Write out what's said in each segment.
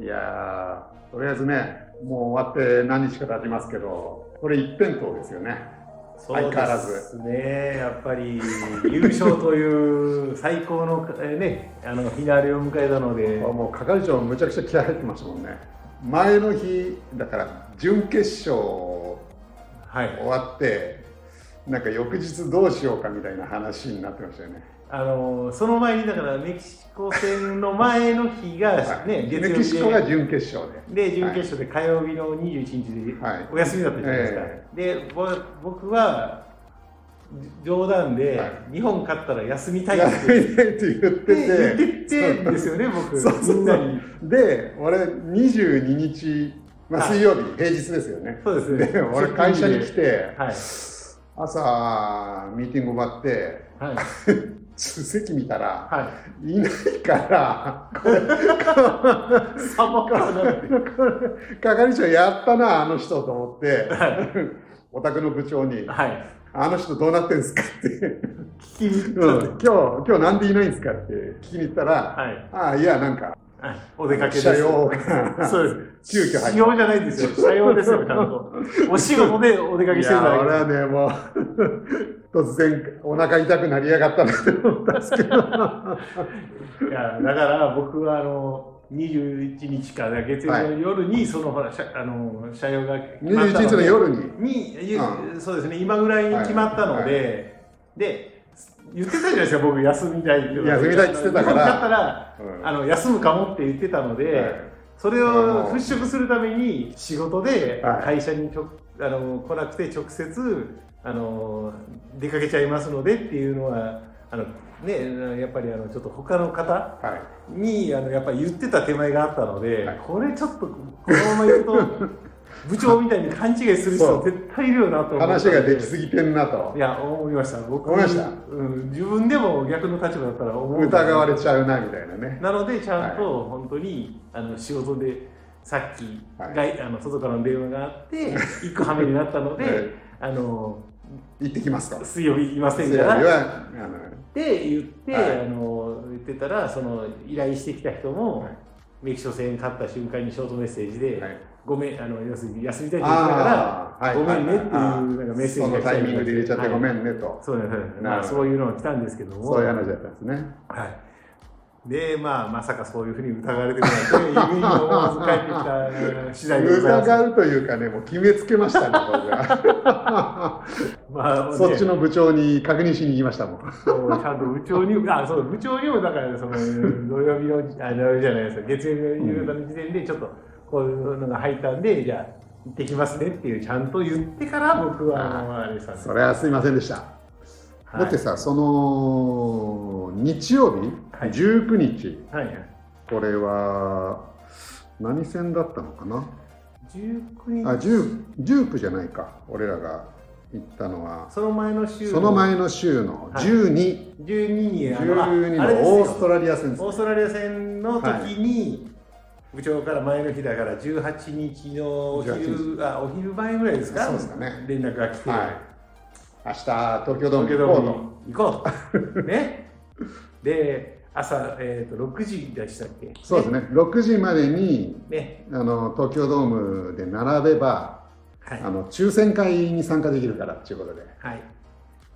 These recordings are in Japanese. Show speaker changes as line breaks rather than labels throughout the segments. やーとりあえずねもう終わって何日か経ちますけどこれ一辺倒ですよね
そう
相変わらず
ですね、やっぱり優勝という最高の,、えーね、あのフィナーレを迎えたので、
もう係長むちゃくちゃ気合入ってましたもんね前の日だから準決勝
はい、
終わってなんか翌日どうしようかみたいな話になってましたよね
あのその前にだからメキシコ戦の前の日が、
はい
ね、
メキ
月
シコ
曜
が
日
準決勝で
でで準決勝で火曜日の21日で
はい
お休みだったじゃないですか、
え
でぼ僕は冗談で、
はい
日本勝ったら休みたい
や
っ
ら
て
ない
言っ
でって言って
言
て
ってんですよね、僕、
そうそうそう
みんなに。
で俺22日、まあ、
はい
水曜日平日ですよね
そうですね
で俺会社に来て
はい
朝ミーティング終わって
はい
席見たら
はい
いないから
サボからなって。
係長やったなあの人と思って
は
お宅の部長に
い。はい。
「あの人どうなってんすか?」って
聞きに
「
行った
今日今日なんでいないんですか?」って聞きに行ったら
はい
「ああいやなんか
はい。お出かけです。
社用が
そうです。
急遽入
使
っ
用じゃないんですよ。社用ですよ、ちゃんと。お仕事でお出か
た」
け
い
して
や
るんだ
俺はねもう突然お腹痛くなりやがったなって思ったんですけど
いや、だから僕は、あの、21日から月曜日の夜に、その、ほら、社あの、社用が決まったで。
21日の夜に
に、ゆ
う
そうですね、今ぐらいに決まったので、で、言ってたじゃないですか、僕、休みたいっていうのは
休みたいって言ってたから
だったら、
うん
あの、休むかもって言ってたので、
はい
それを払拭するために仕事で
はい
会社にちょあの来なくて直接あの出かけちゃいますのでっていうのはあの、ね、やっぱりあのちょっと他の方
はい
にあのやっぱり言ってた手前があったので、
はい
これちょっとこのまま言う と部長みたいに勘違いする人
そう
絶対いるよなと思って
話ができすぎてんなと
いや思いました僕
思いました
うん、自分でも逆の立場だったら思う
疑われちゃうなみたいなね
なのでちゃんと本当に、あの仕事でさっき、
はい
外あの外からの電話があって行く羽目になったので、
はい
あの
行ってきますと
水曜日いません
水曜
か
日
らっ
はあの
て言って、
はい
あの言ってたらその依頼してきた人も、
はい
メキシコ戦勝った瞬間にショートメッセージで、
はい
ごめんあの要するに休みたいって言ってたから
ああ
ごめんねって
は
いうなんかメッセージが来た
そのタ
り
イミングで入れちゃって
はい
ごめんねと、
そうですそうです
なるほ
ま
ど
あ、そういうのが来たんですけども
そういう話だったんですね。
はい、で、まあ、まさかそういうふうに疑われてくるなんて、夢にも思わず帰ってきた次第でござい
疑
ます。
うというかね、もう決めつけましたね、僕 が
まあ、ね
そっちの部長に確認しに行きましたもん。
そうちゃんと部長に、あ、そう、部長にも、だから、その、土曜日の、あ、土曜日じゃないですか、月曜日の夕方の時点で、ちょっと、こういうのが入ったんで、じゃあ、行ってきますねっていう、ちゃんと言ってから、僕は、あのあれさ、
それはすいませんでした。
はい、
だってさ、その日曜日、
はい
19日、
はいはい。
これは何戦だったのかな、
19日
あ 10, 19じゃないか、俺らが行ったのは、
その前の週
その前の週の12、
12にあのあ
12
あれです
の
よ
オーストラリア戦です
オーストラリア戦の時に、部長から前の日だから18日のお
18
昼あお昼前ぐらいですか
そうですかね
連絡が来て、
はい。明日、東京ドーム行
東京ド
こ
ー
うと。
ムに行こうとねで朝、えー、と6時でしたっけ
そうですね。6時までに、
ね
あの、東京ドームで並べば、
はい
あの、抽選会に参加できるからっていうことで。
はい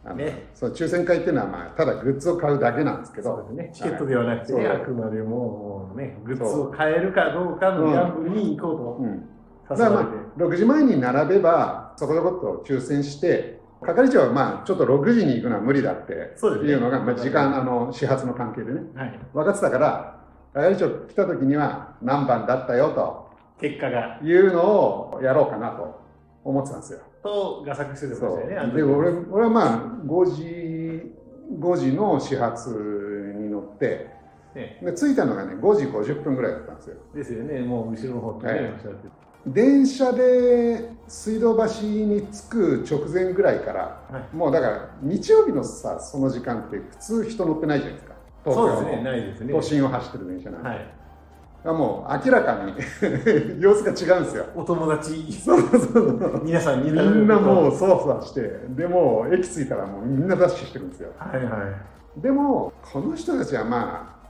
あの
ね
そう、抽選会っていうのは、まあ、ただグッズを買うだけなんですけど。
そうですねチケットではなくて、
はい
ね、
そ
あ
う
くまでもねグッズを買えるかどうかのギャンブルに行こ
うん。
うと
だ
誘
から
われ
まあ、
て、
6時前に並べば、そこそこと抽選して、係長はまあ、ちょっと6時に行くのは無理だって
そうですね
いうのが、まあ、時間、あの、始発の関係でね。
はい、
分かってたから、係長来た時には何番だったよと。
結果が
いうのをやろうかなと思ってたんですよ。
と画策しててましたよねあの時
で俺俺はまあ5時5時の始発に乗って
ね
で着いたのがね5時50分ぐらいだったんですよ。
ですよね、もう後ろの方ってね、
ええ
おっしゃって
電車で水道橋に着く直前ぐらいから、
は
もうだから日曜日のさその時間って普通人乗ってないじゃないですか東
そうで
京
すね、
の
ないですね。
都心を走ってる電車なんで、
はい。
がもう明らかに 様子が違うんですよ。
お友達、
そうそうそう
皆さん
みんなも
う。
うそわそわしてでもう駅着いたらもうみんなダッシュしてるんですよ
はいは
でもこの人たちはまあ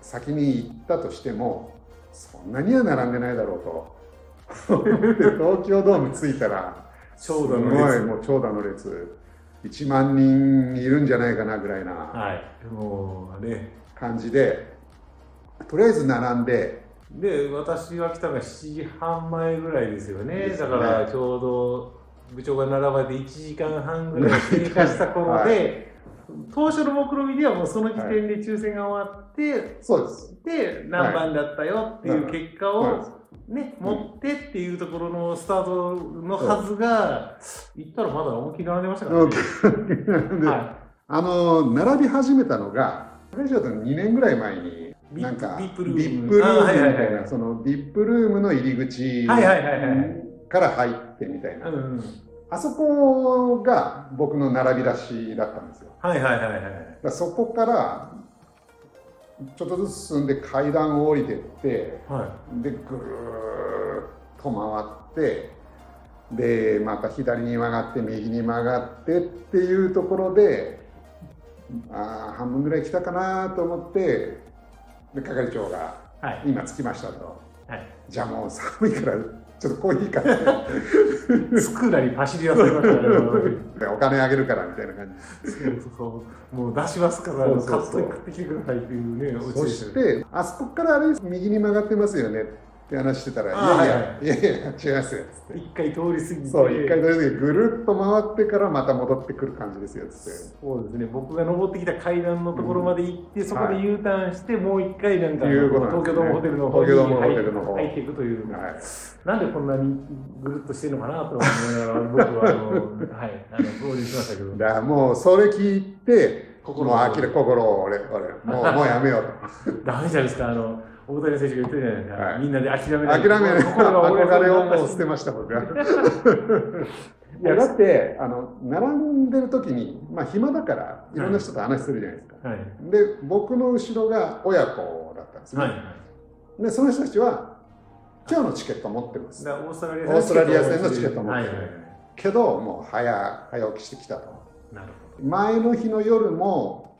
先に行ったとしてもそんなには並んでないだろうと。 東京ドーム着いたら、
長蛇の
すごい
列。
もう長蛇の列、1万人いるんじゃないかなぐらいな
はい。もうね。
感じで、とりあえず並んで、
で、私が来たのが7時半前ぐらいですよね。
です
だ
ね
からちょうど部長が並ばれて1時間半ぐらい経過した頃で、
は
当初の目論見ではもうその時点で抽選が終わって、
そうです。
で、何番だったよっていう結果を、
はい
ね、
うん
持ってっていうところのスタートのはずが、行ったらまだ思いっきり並んでましたからね。
で
は
あの並び始めたのが、カレジャーと2年ぐらい前に、
い。
なんか、
ビ
ビッ
ップ
プ
ル
ル
ー
ー
ム
ムみた
あーはいはいいはい
な、そのビップルームの入り口
はいはいはいはい
から入ってみたいな、
うん
あそこが僕の並び出しだったんですよ。
はいはいはいはい
だからそこから、ちょっとずつ進んで階段を降りてって、
は
で、ぐるーっと回って、で、また左に曲がって、右に曲がってっていうところで、あー半分ぐらい来たかなと思って、で、係長が、
いはい
今着きましたと。
はい
じゃあもう寒いから、ちょっとコーヒー買って、
スクーラに走り出されましたからね
お金あげるからみたいな感じ
そうそうそうもう出しますから
そう
カ
そう
ット
そう
に食ってきてくださいっていうねオチ
そ
でした
し
よね
て、あそこからあれ、右に曲がってますよねって話してたら、
あー
いやいや、いやいや、違いますよっつって。
一回通り過ぎて
そう、一回とりあえずぐるっと回ってからまた戻ってくる感じですよ、つって。
そうですね僕が登ってきた階段のところまで行って、そこ
は
で
い
U ターンして、もう一回なんか
いうことなん
東
ですね
京ドームホテルの方
東
に
京ドームホテルの方
入って入っていくという、
はい。
なんでこんなにぐるっとしてるのかなと思いながら僕はあの、はい、あの合流しましたけど
だからもうそれ聞いて、心
心
もう諦め、心を俺、俺、 もうもうやめよう
ダメじゃないですかあの大谷選手が言ってたじゃないですか、
はい
みんなで諦め
と。
ない
諦めない、
心が折れそう
憧
に
れ
な
を
っ
も
た
う捨てました、僕 は。い
や
や、だって、あの、並んでる時に、まあ暇だから、いろんな人と話するじゃないですか。
はい
で、僕の後ろが親子だったんですね。
はい、
で、その人たちは、今日のチケット持ってま
だ
す
か。らオーストラリ
オ
ア
ーストラリア戦のチケットを持
は
っ
い
て
は
る
いはい
けど、もう早、早起きしてきたと。
なる
前の日の夜も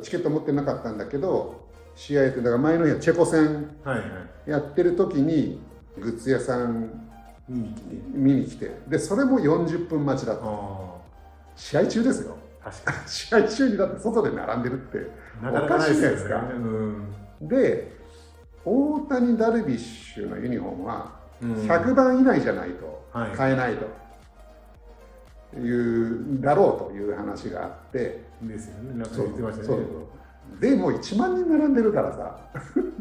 チケット持ってなかったんだけど試合やってだから前の日はチェコ戦
ほどはいはい
やってる時にグッズ屋さん
見に来て
見に来てでそれも40分待ちだった
あ
試合中ですよ
あ確か
試合中にだって外で並んでるって
になかなかないですよね
おかしいじゃないで
うん
で大谷ダルビッシュのユニフォームは
うん
100番以内じゃないと
はい
買えないというだろうという話があって
ですよねなんか言ってましたね
でもう1万人並んでるからさ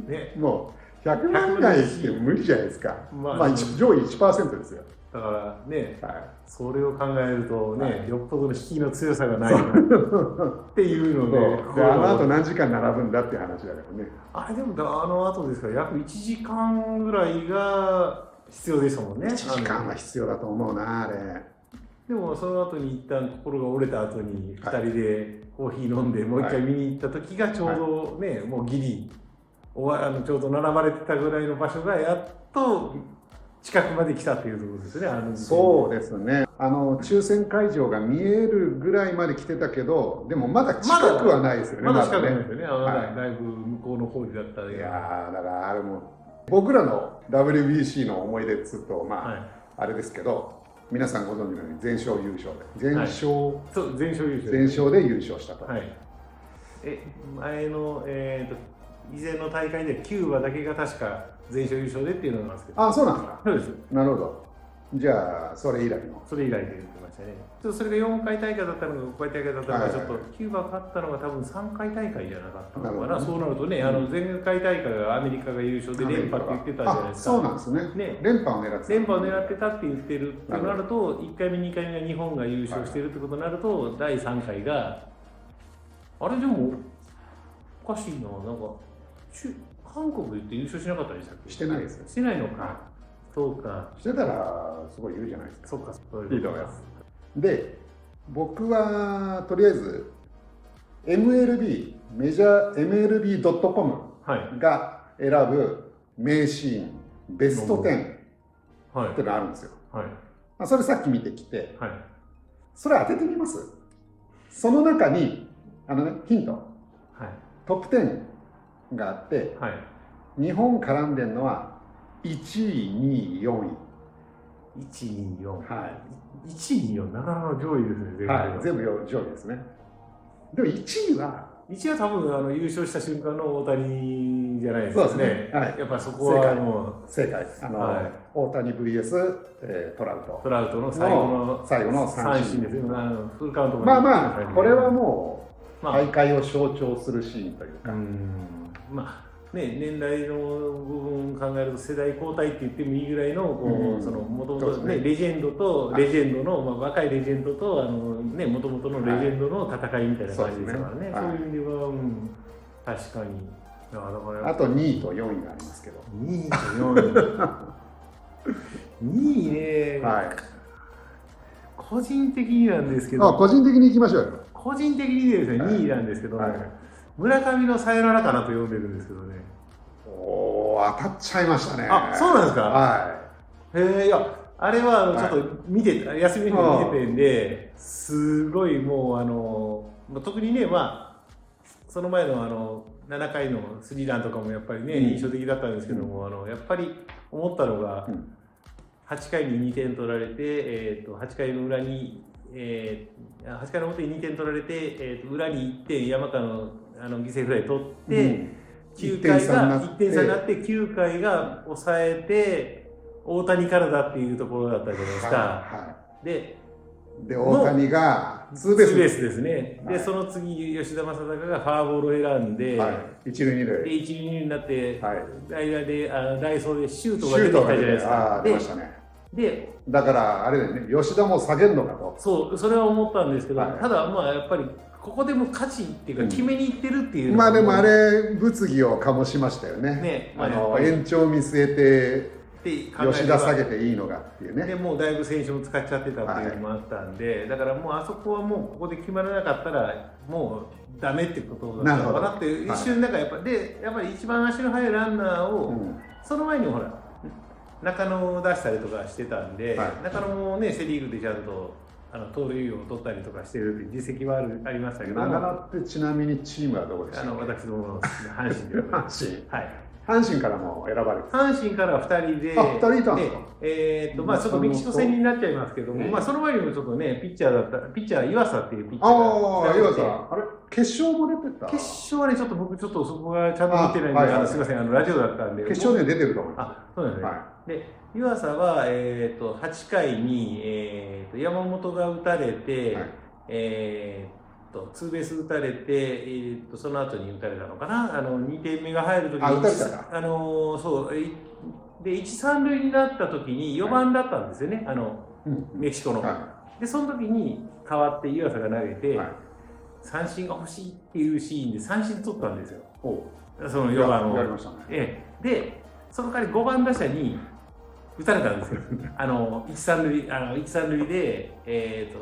ね
もう100万台って無理じゃないですか、
ま
ま
あ
あ、一上位1%ですよ、
だからね
は
それを考えるとね、
はい
よっぽどの引きの強さがないっていう
い
の
で
で
であのあと何時間並ぶんだって話だからね、
あれでもだあの後ですから約1時間ぐらいが必要でしたもんね
1時間は必要だと思うな、あれ、
でもその後に一旦心が折れた後に2
はい
人でコーヒー飲んでもう一
は
回
い
見に行った時がちょうどね、もうギリ終わあのちょうど並ばれてたぐらいの場所がやっと近くまで来たっていうところですねあの
そうですね、あの抽選会場が見えるぐらいまで来てたけど、でもまだ近くはないですよね、
まだ近くないで
ね。
すよね、あの
はい
だいぶ向こうの方にだったら
いやーだからあれも僕らの WBC の思い出っつうと、まあ
はい、
あれですけど、皆さんご存知のように全勝優勝で、全勝、
そう全勝優勝
全勝で優勝したと。
はい、え前の、えー、と以前の大会でキューバだけが確か全勝優勝でっていうのなんですけど
あそうなんですか
そうです
なるほど。じゃあ、それ以来の。
それ以来で言ってましたねちょっとそれが4回大会だったのか5回大会だったの
は
か
い
ちょっとキューバ勝ったのが多分3回大会じゃなかったの
な
かな
るほ
そうなるとねあの前回大会がアメリカが優勝で連覇って言ってたじゃないですか
あそうなんですね。
ね
連覇を狙ってた
連覇を狙ってたって言ってるってなると、1回目、2回目が日本が優勝してるってことになると、第3回が、あれでも、おかしいな、なんか、中韓国って優勝しなかったでしたっけ
してないですよ
してないのか。そうか。
してたら、すごい言うじゃないですか。
そっか、そう
いいと思います。で、僕は、とりあえず、MLB、メジャー MLB.com
はい。
が選ぶ名シーン、ベスト10
はい
っ。てのあるんですよ。
はい。
まあ、それさっき見てきて、
はい。
それ当ててみますその中に、あのね、ヒント、
は
トップ10があって、
い。はい。
日本絡んでるのは1位2位4位
124、
は
124なかなか上位ですね全部、
はい全部よ上位ですねでも1位は
一は多分あの優勝した瞬間の大谷じゃないです
そ
か
う
ね
ですねはい
やっぱそこ
正
は
解
も
正解あの、
はい
大谷 VS、えートラウト
うトラウトの最後の
最後の三
三
振
振ですよ、あのフルカウント
まあまあこれはもう
まあ、
大会を象徴するシーンという
う
か、
んまあね年代の部分を考えると世代交代って言ってもいいぐらいのこう、
うん
その元
そうで
々
す
ね
ね
レジェンドとレジェンドの、まあ、若いレジェンドとあのね元々のレジェンドの戦いみたいな感じですからね,、
はい
そういう意味では、うん、確かにだからやっぱ
あと2位と4位がありますけど
2位と4位2位ね、
はい
個人的になんですけ
あ
ど
個人的にいきましょうよ
個人的にですね
はい
2位なんですけど、
はい
村上のさよならかなと呼んでるんですけどね
おー当たっちゃいましたね
あそうなんですか
は
へえいやあれはあの
はい
ちょっと見て、休みの日に見ててんですごいもうあのまあ特にねまあその前のあの7回のスリーランとかもやっぱりね、
うん
印象的だったんですけども、あのやっぱり思ったのが、
うん
8回に2点取られて、えー、と8回の裏に、えー、8回の表に2点取られて、えー、と裏に1点山川のあの犠牲フライ取っ
い
て、
うん
9回
1
が1
点
点
差
差
に
に
な
な
っ
って9回が抑えて大谷からだっていうところだったじゃないですか、
は
で
い、で大谷がツーベース
ツーベースですね、
はい
でその次吉田正尚がフォアボールを選んで、
はい、一塁二
で
塁
1、2になって、
はい、
間であのダイソーでシュー
シ
トが出
ュー
てき
ト
た
が
じゃ
出
ないで
て
す
あ
か
ー出ましたね
でで
だからあれだよね吉田も下げるのかと
そうそれは思ったんですけど、
はい
ただまあやっぱりここでも勝ちっていうか
うん
決めにいってるっていうの
ま
が
あでもあれ物議を醸しましたよね
ねまあ
あ
やっ
の
ぱり
延長見据え
って考
て
えれば
吉田下げていいのかっていう
で
ね
もうだいぶ選手も使っちゃってたっていうのもあったんで、だからもうあそこはもうここで決まらなかったらもうダメってことだったのかなって
なるほど
一瞬なんかやっぱ、でやっぱり一番足の速いランナーを、
うん
その前にほら中野を出したりとかしてたんで、
はい
中野もねセ・リーグでちゃんとあの盗塁王を取ったりとかしてるっていう実績はあるありましたけど
長野ってちなみにチームはどこでし
あ
た
の私どもの阪神でござ います
阪神
はい
阪神からも選ばれて
阪神からは2人で、
あ二人いたんですか
えーっとまあ、ちょっとメキシコ戦になっちゃいますけども、
ええ
まあ、その前にもちょっとね、ピッチャーだった、ピッチャー、岩佐っていうピッチャー
ああ
がい
岩
て
佐あれ決勝も出てた
決勝はね、ちょっと僕、ちょっとそこがちゃんと見てないんで、
あ
あ
はいはい
のすみません、あのラジオだったんで、
決勝で出てると思いま
あそうです
す
ね、
は
で湯浅は、えー、と8回に、えー、と山本が打たれて、
はい
えー、とツーベース打たれて、えー、とその後に打たれたのかなあの2点目が入るときに
あ打たれたか
あのーそういで1、3塁になったときに4番だったんですよね、あの
いうん
メキシコの。
は
でその時に代わって湯浅が投げて、
はい
三振が欲しいっていうシーンで三振取ったんですよ、
おう
その4番を。
やりましたね
ええ、で、その代わり5番打者に打たれたん ですよ。あの、1、3塁、あの、一三塁で、え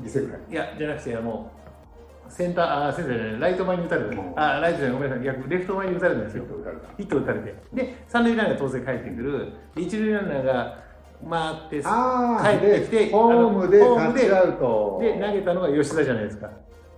っ、
犠牲ぐらい
と、いや、じゃなくて、あの、センター、あ、センターじゃない、ライト前に打たれ
うん
た。あ、ライトじゃない、ごめんなさい、逆、レフト前に打たれたんです
ヒ
よ
ッ。ト打たれた
ヒット打たれて。で、三塁ランナーが当然帰ってくる。で一塁ランナーが回って、
あ
帰
あ
って
で
きて
ホームで
あのホーム
タ
で
ッチアウト
で、投げたのが吉田じゃないですか。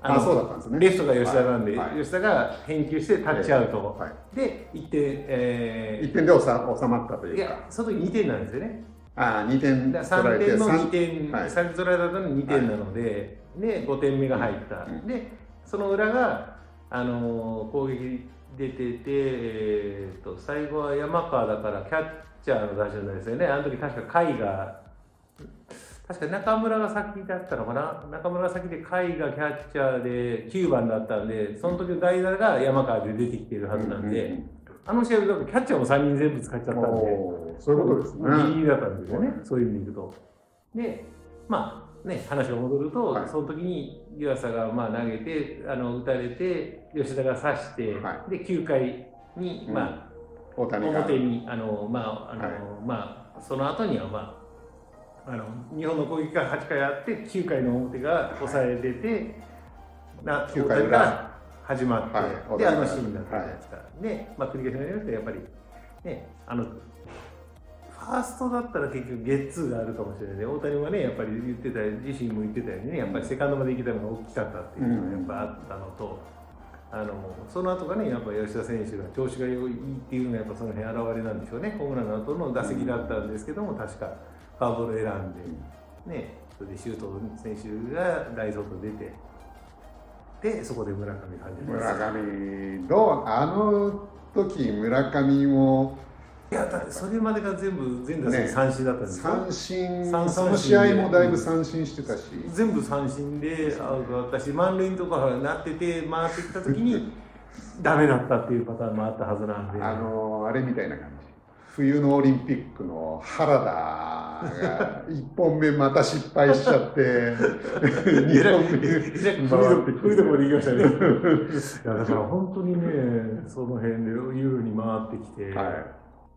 あ
の
そうだったんですね
レフトが吉田なんで、
はいはい
吉田が返球してタッチアウト。
はい
で、行って、えー
1点で収収まったと
い
いう
や
か、
その時2点なんですよね。
ああ2点
だ
取
から
られ
3
て
点の
三
2点、
はい
3点取られたのに2点なので、で、5点目が入った。
うん
で、その裏が、あのー攻撃出てて、えーと、最後は山川だから、キャッチャーの打者ですよね。あの時確か甲斐が、確か中村が先だったのかな中村が先で甲斐がキャッチャーで9番だったんで、その時の代打が山川で出てきてるはずなんで、
うう
あの試合、だからキャッチャーも3人全部使っちゃったんで。
おーそういうことですね。
ギリギリだったんですよね、そういう意味でいくと。で、まあね、話が戻ると、
はい
その時に湯浅がまあ投げて、あの打たれて、吉田が刺して、
は
で9回に、
うん
ま
大
あ、
谷が
表に、あのまああの、
はい
まあ、その後には、まあ、あの日本の攻撃が8回あって、9回の表が抑え出て、な
9回裏
大谷から始まって、
はい大谷
で、
が
あのシーンだったじゃないですか。で、まあ、繰り返しになりますけど、やっぱり。ね、あのファーストだったら結局ゲッツーがあるかもしれないね大谷はねやっぱり言ってた自身も言ってたようにねやっぱりセカンドまで行けたのが大きかったっていうのがやっぱあったのと、あのその後がね、やっぱ吉田選手が調子が良いっていうのが、やっぱその辺表れなんでしょうね、ホームランの後の打席だったんですけども、確かファーボール選んで、ね、それで周東選手がダイソーと出て、で、そこで村上監督です。
村上どうあの時村上も
いや、だってそれまでが全部、全打席三振だったんですよ。
三振
三
そ
三振
の試合もだいぶ三振してたし、
全部三振でアウトだったし満塁のとかになってて回ってきた時 にダメだったっていうパターンもあったはずなんで
あのあれみたいな感じ冬のオリンピックの原田が1本目また失敗しちゃって
えらい
2本目
古いところで行きましたねいやだから本当にねその辺で優に回ってきて、
はい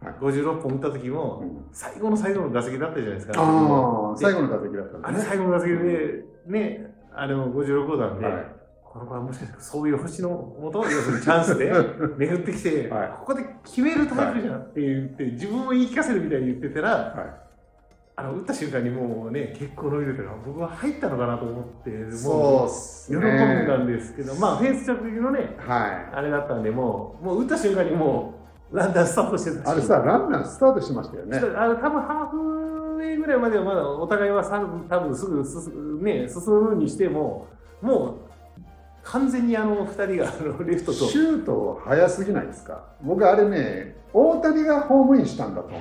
56本打った時も
うん
最後の最後の打席だったじゃないですか
ああ
で
最後の打席だったん
あ
で
れ
すね
最後の打席でねあれも56号なんで、
はい
この場合もしかしたらそういう星のもと要するにチャンスで巡ってきて、
はい
ここで決めるタイプじゃんって言って自分を言い聞かせるみたいに言ってたら、
は
あの打った瞬間にもうね結構伸びてたから僕は入ったのかなと思って
い
も
そううっすね
喜んでたんですけど、まあフェンス直撃のね
はい
あれだったんでもうもう打った瞬間にもうランナースタートしてたし
あれさランナースタートしてましたよね
あの多分ハーフウェイぐらいまではまだお互いはさ多分すぐ進,、ね、進むにしてももう完全にあの2人があのレフトと
シュート早すぎないですか僕あれね大谷がホームインしたんだと思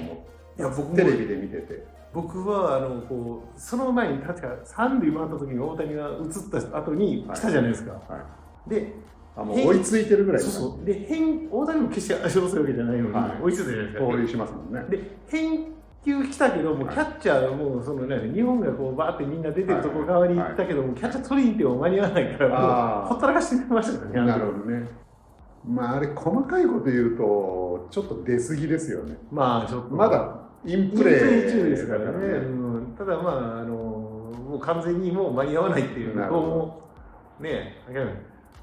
いや僕
う
も
テレビで見てて
僕はあのこうその前に確か三塁回った時に大谷が移った後に来たじゃないですか、
はい
で
あもう追いついてるぐらい
そう
な
そうで変大谷も決して足を押せるわけじゃないのに、
はい
追いついたじゃないですか、
交流しますもんね
で返球来たけども
は
キ
い
ャッチャーはもうそのね日本がこうバーってみんな出てるとこ
はい
側に行ったけどもキャッチャー取りに行っても間に合わないから
あー
もうほったらかしてましたからねあの
なるほどねまああれ細かいこと言うとちょっと出過ぎですよね
まあちょっと
まだイン
プ
プ
レ
レ
イ
ー
中ですからねうんただまああのもう完全にもう間に合わないっていう
な
向
る
こ
ほど
うもね諦めない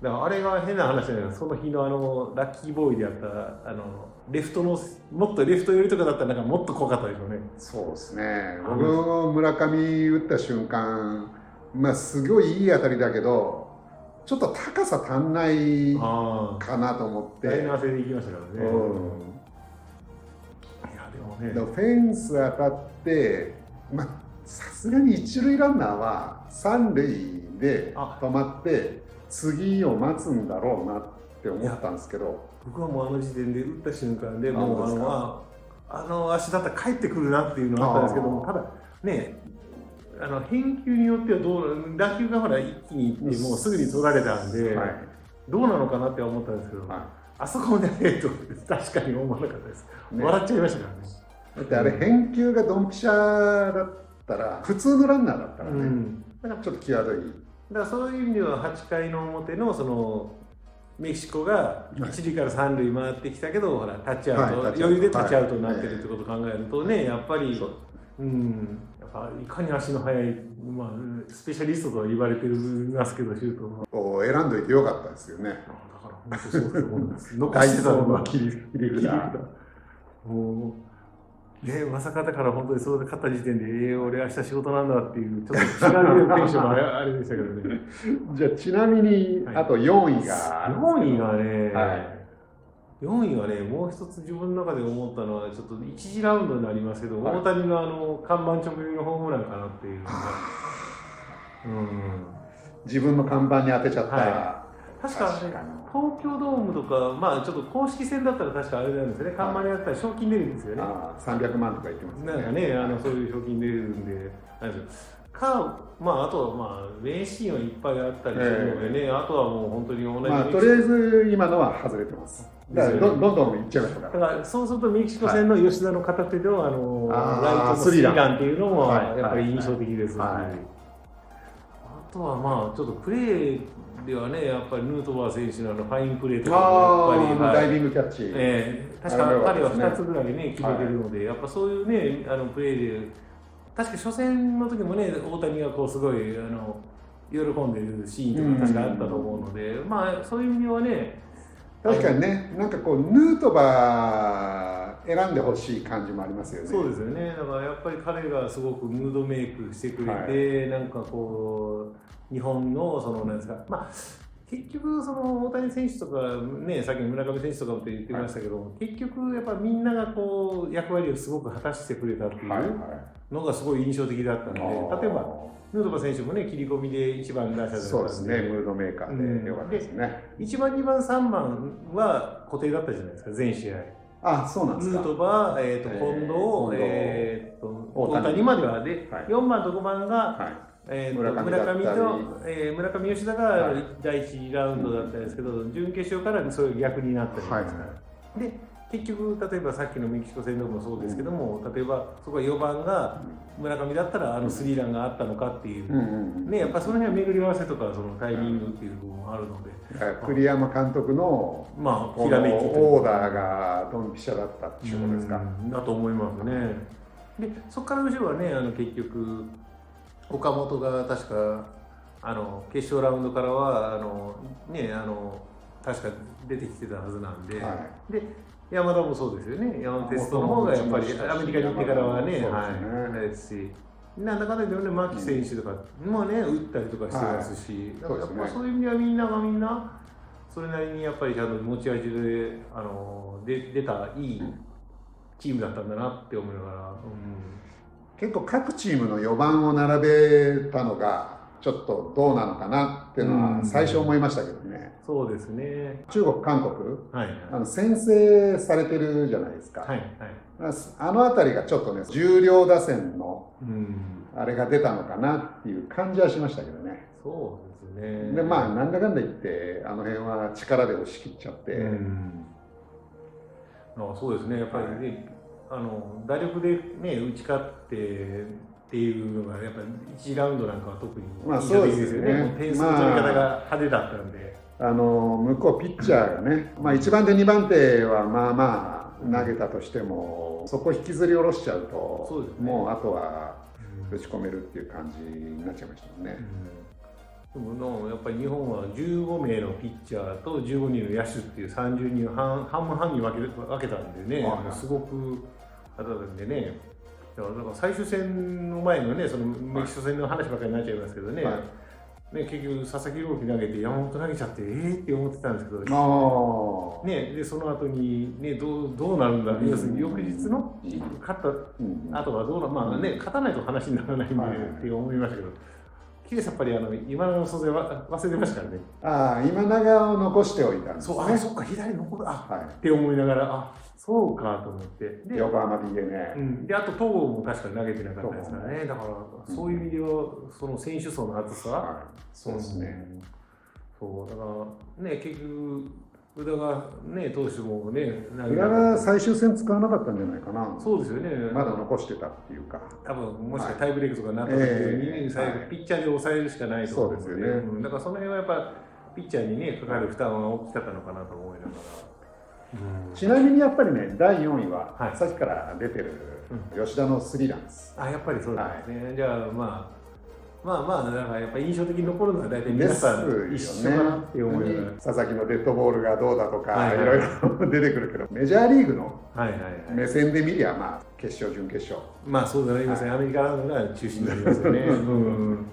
だからあれが変な話じゃないその日のあのラッキーボーイであったあのレフトのもっとレフト寄りとかだったらなんかもっと怖かったでしょうね
そうですね
あの
僕も村上打った瞬間まあすごいいい当たりだけどちょっと高さ足んない
ああ
かなと思って
大の汗でいきましたからね
うん
いやでもね
でもフェンス当たって、まあ、さすがに一塁ランナーは三塁で
あ
止まって次を待つんだろうなって思ったんですけど
僕はもうあの時点で打った瞬間で
あ
もうあ
本当です
の
か
ああの足だったら帰ってくるなっていうのはあったんですけども
あ
ただねあの返球によってはどう打球がほら一気にいってもうすぐに取られたんで、
はい
どうなのかなって思ったんですけど、
は
あそこまでねと確かに思わなかったです、
いね
笑っちゃいましたからね
だってあれ返球がドンピシャだったら普通のランナーだったら
う
ね、
ん、だから
ちょっと際どい
だからそういう意味では8回の表のそのメキシコが
はい
一塁から三塁回ってきたけど、ほらタッチアウト、
はいタッチアウト
余裕でタッチアウトになってるってことを考えるとね、やっぱり
そう
うんやっぱいかに足の速い、まあ、スペシャリストとは言われてますけどシュートの
を選んどいてよかったですよね
だから本当そうだと思うん です残
ダイ
してた
ソー
の
の
が
切り切り札
もうねまさかだから本当にそれで勝った時点でええ俺明日仕事なんだっていうちょっと違うテンションのあれあれでしたけどね
じゃあちなみに
はい
あと4位があるんですけど
4位がね、
はい
4位はね、もう一つ自分の中で思ったのは、ちょっと1次ラウンドになりますけど、
はい
大谷のあの看板直撃のホームランかなっていうのが、うん、
自分の看板に当てちゃった、
は確かね
確かに
東京ドームとか、まあ、ちょっと公式戦だったら確かあれなんですよね、看板にあったら賞金出るんですよね。
ああ300万とか言ってますよ
なんかね、あのそういう賞金出るんで、あれですよか、まあ、あとは、まあ、名シーンはいっぱいあったりするのでね、あとはもう本当に同じ、
まあ、とりあえず今のは外れてます。だからどどんどんいっちゃいましたか
だ
ら。
からそうするとメキシコ戦の吉田の片手では、あの
あー
ライトのスリー
スリー
ランっていうのも
はい
やっぱり印象的ですし、
はい
あとはまあちょっとプレーではねやっぱりヌートバー選手のあのファインプレーとかもやっぱり
ああ、
はい
ダイビングキャッチ。
ええ確か彼は2つぐらいね決めてるので、やっぱそういうねあのプレーで確か初戦の時もね大谷がこうすごいあの喜んでるシーンとか確かあったと思うので、まあそういう意味ではね
確かにね、なんかこう、ヌートバー選んでほしい感じもありますよね。
そうですよね、だからやっぱり彼がすごくムードメイクしてくれて、なんかこう、日本の、そのなんですか、まあ、結局、その大谷選手とか、ね、さっきの村上選手とかもって言ってましたけど、結局、やっぱみんながこう役割をすごく果たしてくれたってい
はいう
のがすごい印象的だったので、
はい
例えばヌートバー選手もね、切り込みで1番打者だったん
そうですね、ムードメーカーでよかったですね。
1番、2番、3番は固定だったじゃないですか、全試合。
あ、そうなんで
ヌ
す
ー
か。
トバー、えー、と
えー
近
近
藤、
藤
えーと
大
大
谷
谷まではで、
はい
4番と5番が、
は
えーと
村
村
上
上
だったり
と、えー村上吉田が
はい
第1ラウンドだったんですけど、準決勝からそういう逆になったりとか、
はい
で結局、例えばさっきのメキシコ戦でもそうですけども、例えばそこは4番が村上だったらあのスリーランがあったのかっていう、
い。うんうんうん。
ね、やっぱその辺は巡り合わせとかそのタイミングっていうのもあるので、
だから栗山監督の
まあ、
こ
ひ
の
らめきというか
オーダーがドンピシャだったっていうことですか。
うんだと思いますね。でそこから後ろはねあの結局岡本が確かあの決勝ラウンドからはあのねあの確か出てきてたはずなんで、
は
で山田もそうですよね山田テストの方がやっぱり
山田もそうです
アメリカに行ってからは
そ
ね
うですね
はいあれですし。なんだかんだ言ってね、牧選手とかもね、打ったりとかしてますし、だからやっ
そうですね
ぱそういう意味ではみんながみんな、それなりにやっぱりちゃんと持ち味であので出たいいチームだったんだなって思いながら、う
結構各チームの4番を並べたのがちょっとどうなのかなっていうの
う
は
ん
最初思いましたけどね。
ん、そうですね
中国、韓国、
はい
あ
はい
の先制されてるじゃないですか。
はいはい
あの辺りがちょっとね、重量打線の
うん
あれが出たのかなっていう感じはしましたけどね。
そうですね
で、まあ、
あ
なんだかんだ言って、あの辺は力で押し切っちゃって、
うんあそうですねやっぱりね、あの打力でね打ち勝ってっていうのがやっぱり1ラウンドなんかは特に
まあ
印象的
そうですね
もう点数の取り方が派手だったんで、
あの向こうピッチャーがね、まあ、1番手、2番手はまあまあ投げたとしても、そこ引きずり下ろしちゃうと、
そうですね
もうあとは
うん
打ち込めるっていう感じになっちゃいましたもんね。
うんでもなやっぱり日本は15名のピッチャーと15人の野手っていう30人を半半分半に分け分けたんでね、
はいはい
すごくあれだったんでね、だからなんか最終戦の前のね、そのメキシコ戦の話ばっかりになっちゃいますけどね、
はい
ね結局、佐々木朗希投げて、山本投げちゃって、えーって思ってたんですけど、
ああ、
ね、でその後にねどうどうなるんだろう、要するに翌日の
うん
勝った
うん
あとはどうな、まあね、勝たないと話にならないんで、
はい
って思いましたけど、きれいさっぱりあの今の素材は忘れてましたからね、
ああ、今永を残しておいたんです
そう、あれ、そっか、左残る、あ
は
って思いながら、あそうかと思って、
い、
で、
横浜 DNA、
うん、であと東郷も確かに投げてなかったですからね、だから、そういう意味では、その選手層の厚さ、
はい、そうですね、
んそう、だから、ね、結局、宇田がね、投手もね、投
裏が最終戦使わなかったんじゃないかな、
そうですよね、
まだ残してたっていうか、
多分もしかしたらタイブレークとかになった時に、
ええ
最後
はい
ピッチャーで抑えるしかないと思うの
そうですよね
んだからその辺はやっぱピッチャーにねかかる負担は大きかったのかなと思いなが
ちなみにやっぱりね、第4位
は
は、
い
さっきから出てる吉田のスリーランです。
ら、あやっぱりそうなんですね、じゃあまあまあまあだからやっぱ印象的に残るのは大体皆
です
さ
よ
ん
ね
一緒かなって思いなが
佐々木のデッドボールがどうだとか、
はい
い
はい
ろいろ 出てくるけど、メジャーリーグの
ら、はいはいはい
目線で見りゃ、まあ、決勝、準決勝、
まあそうなりません、アメリカラウンドが中心になり ますよね。うん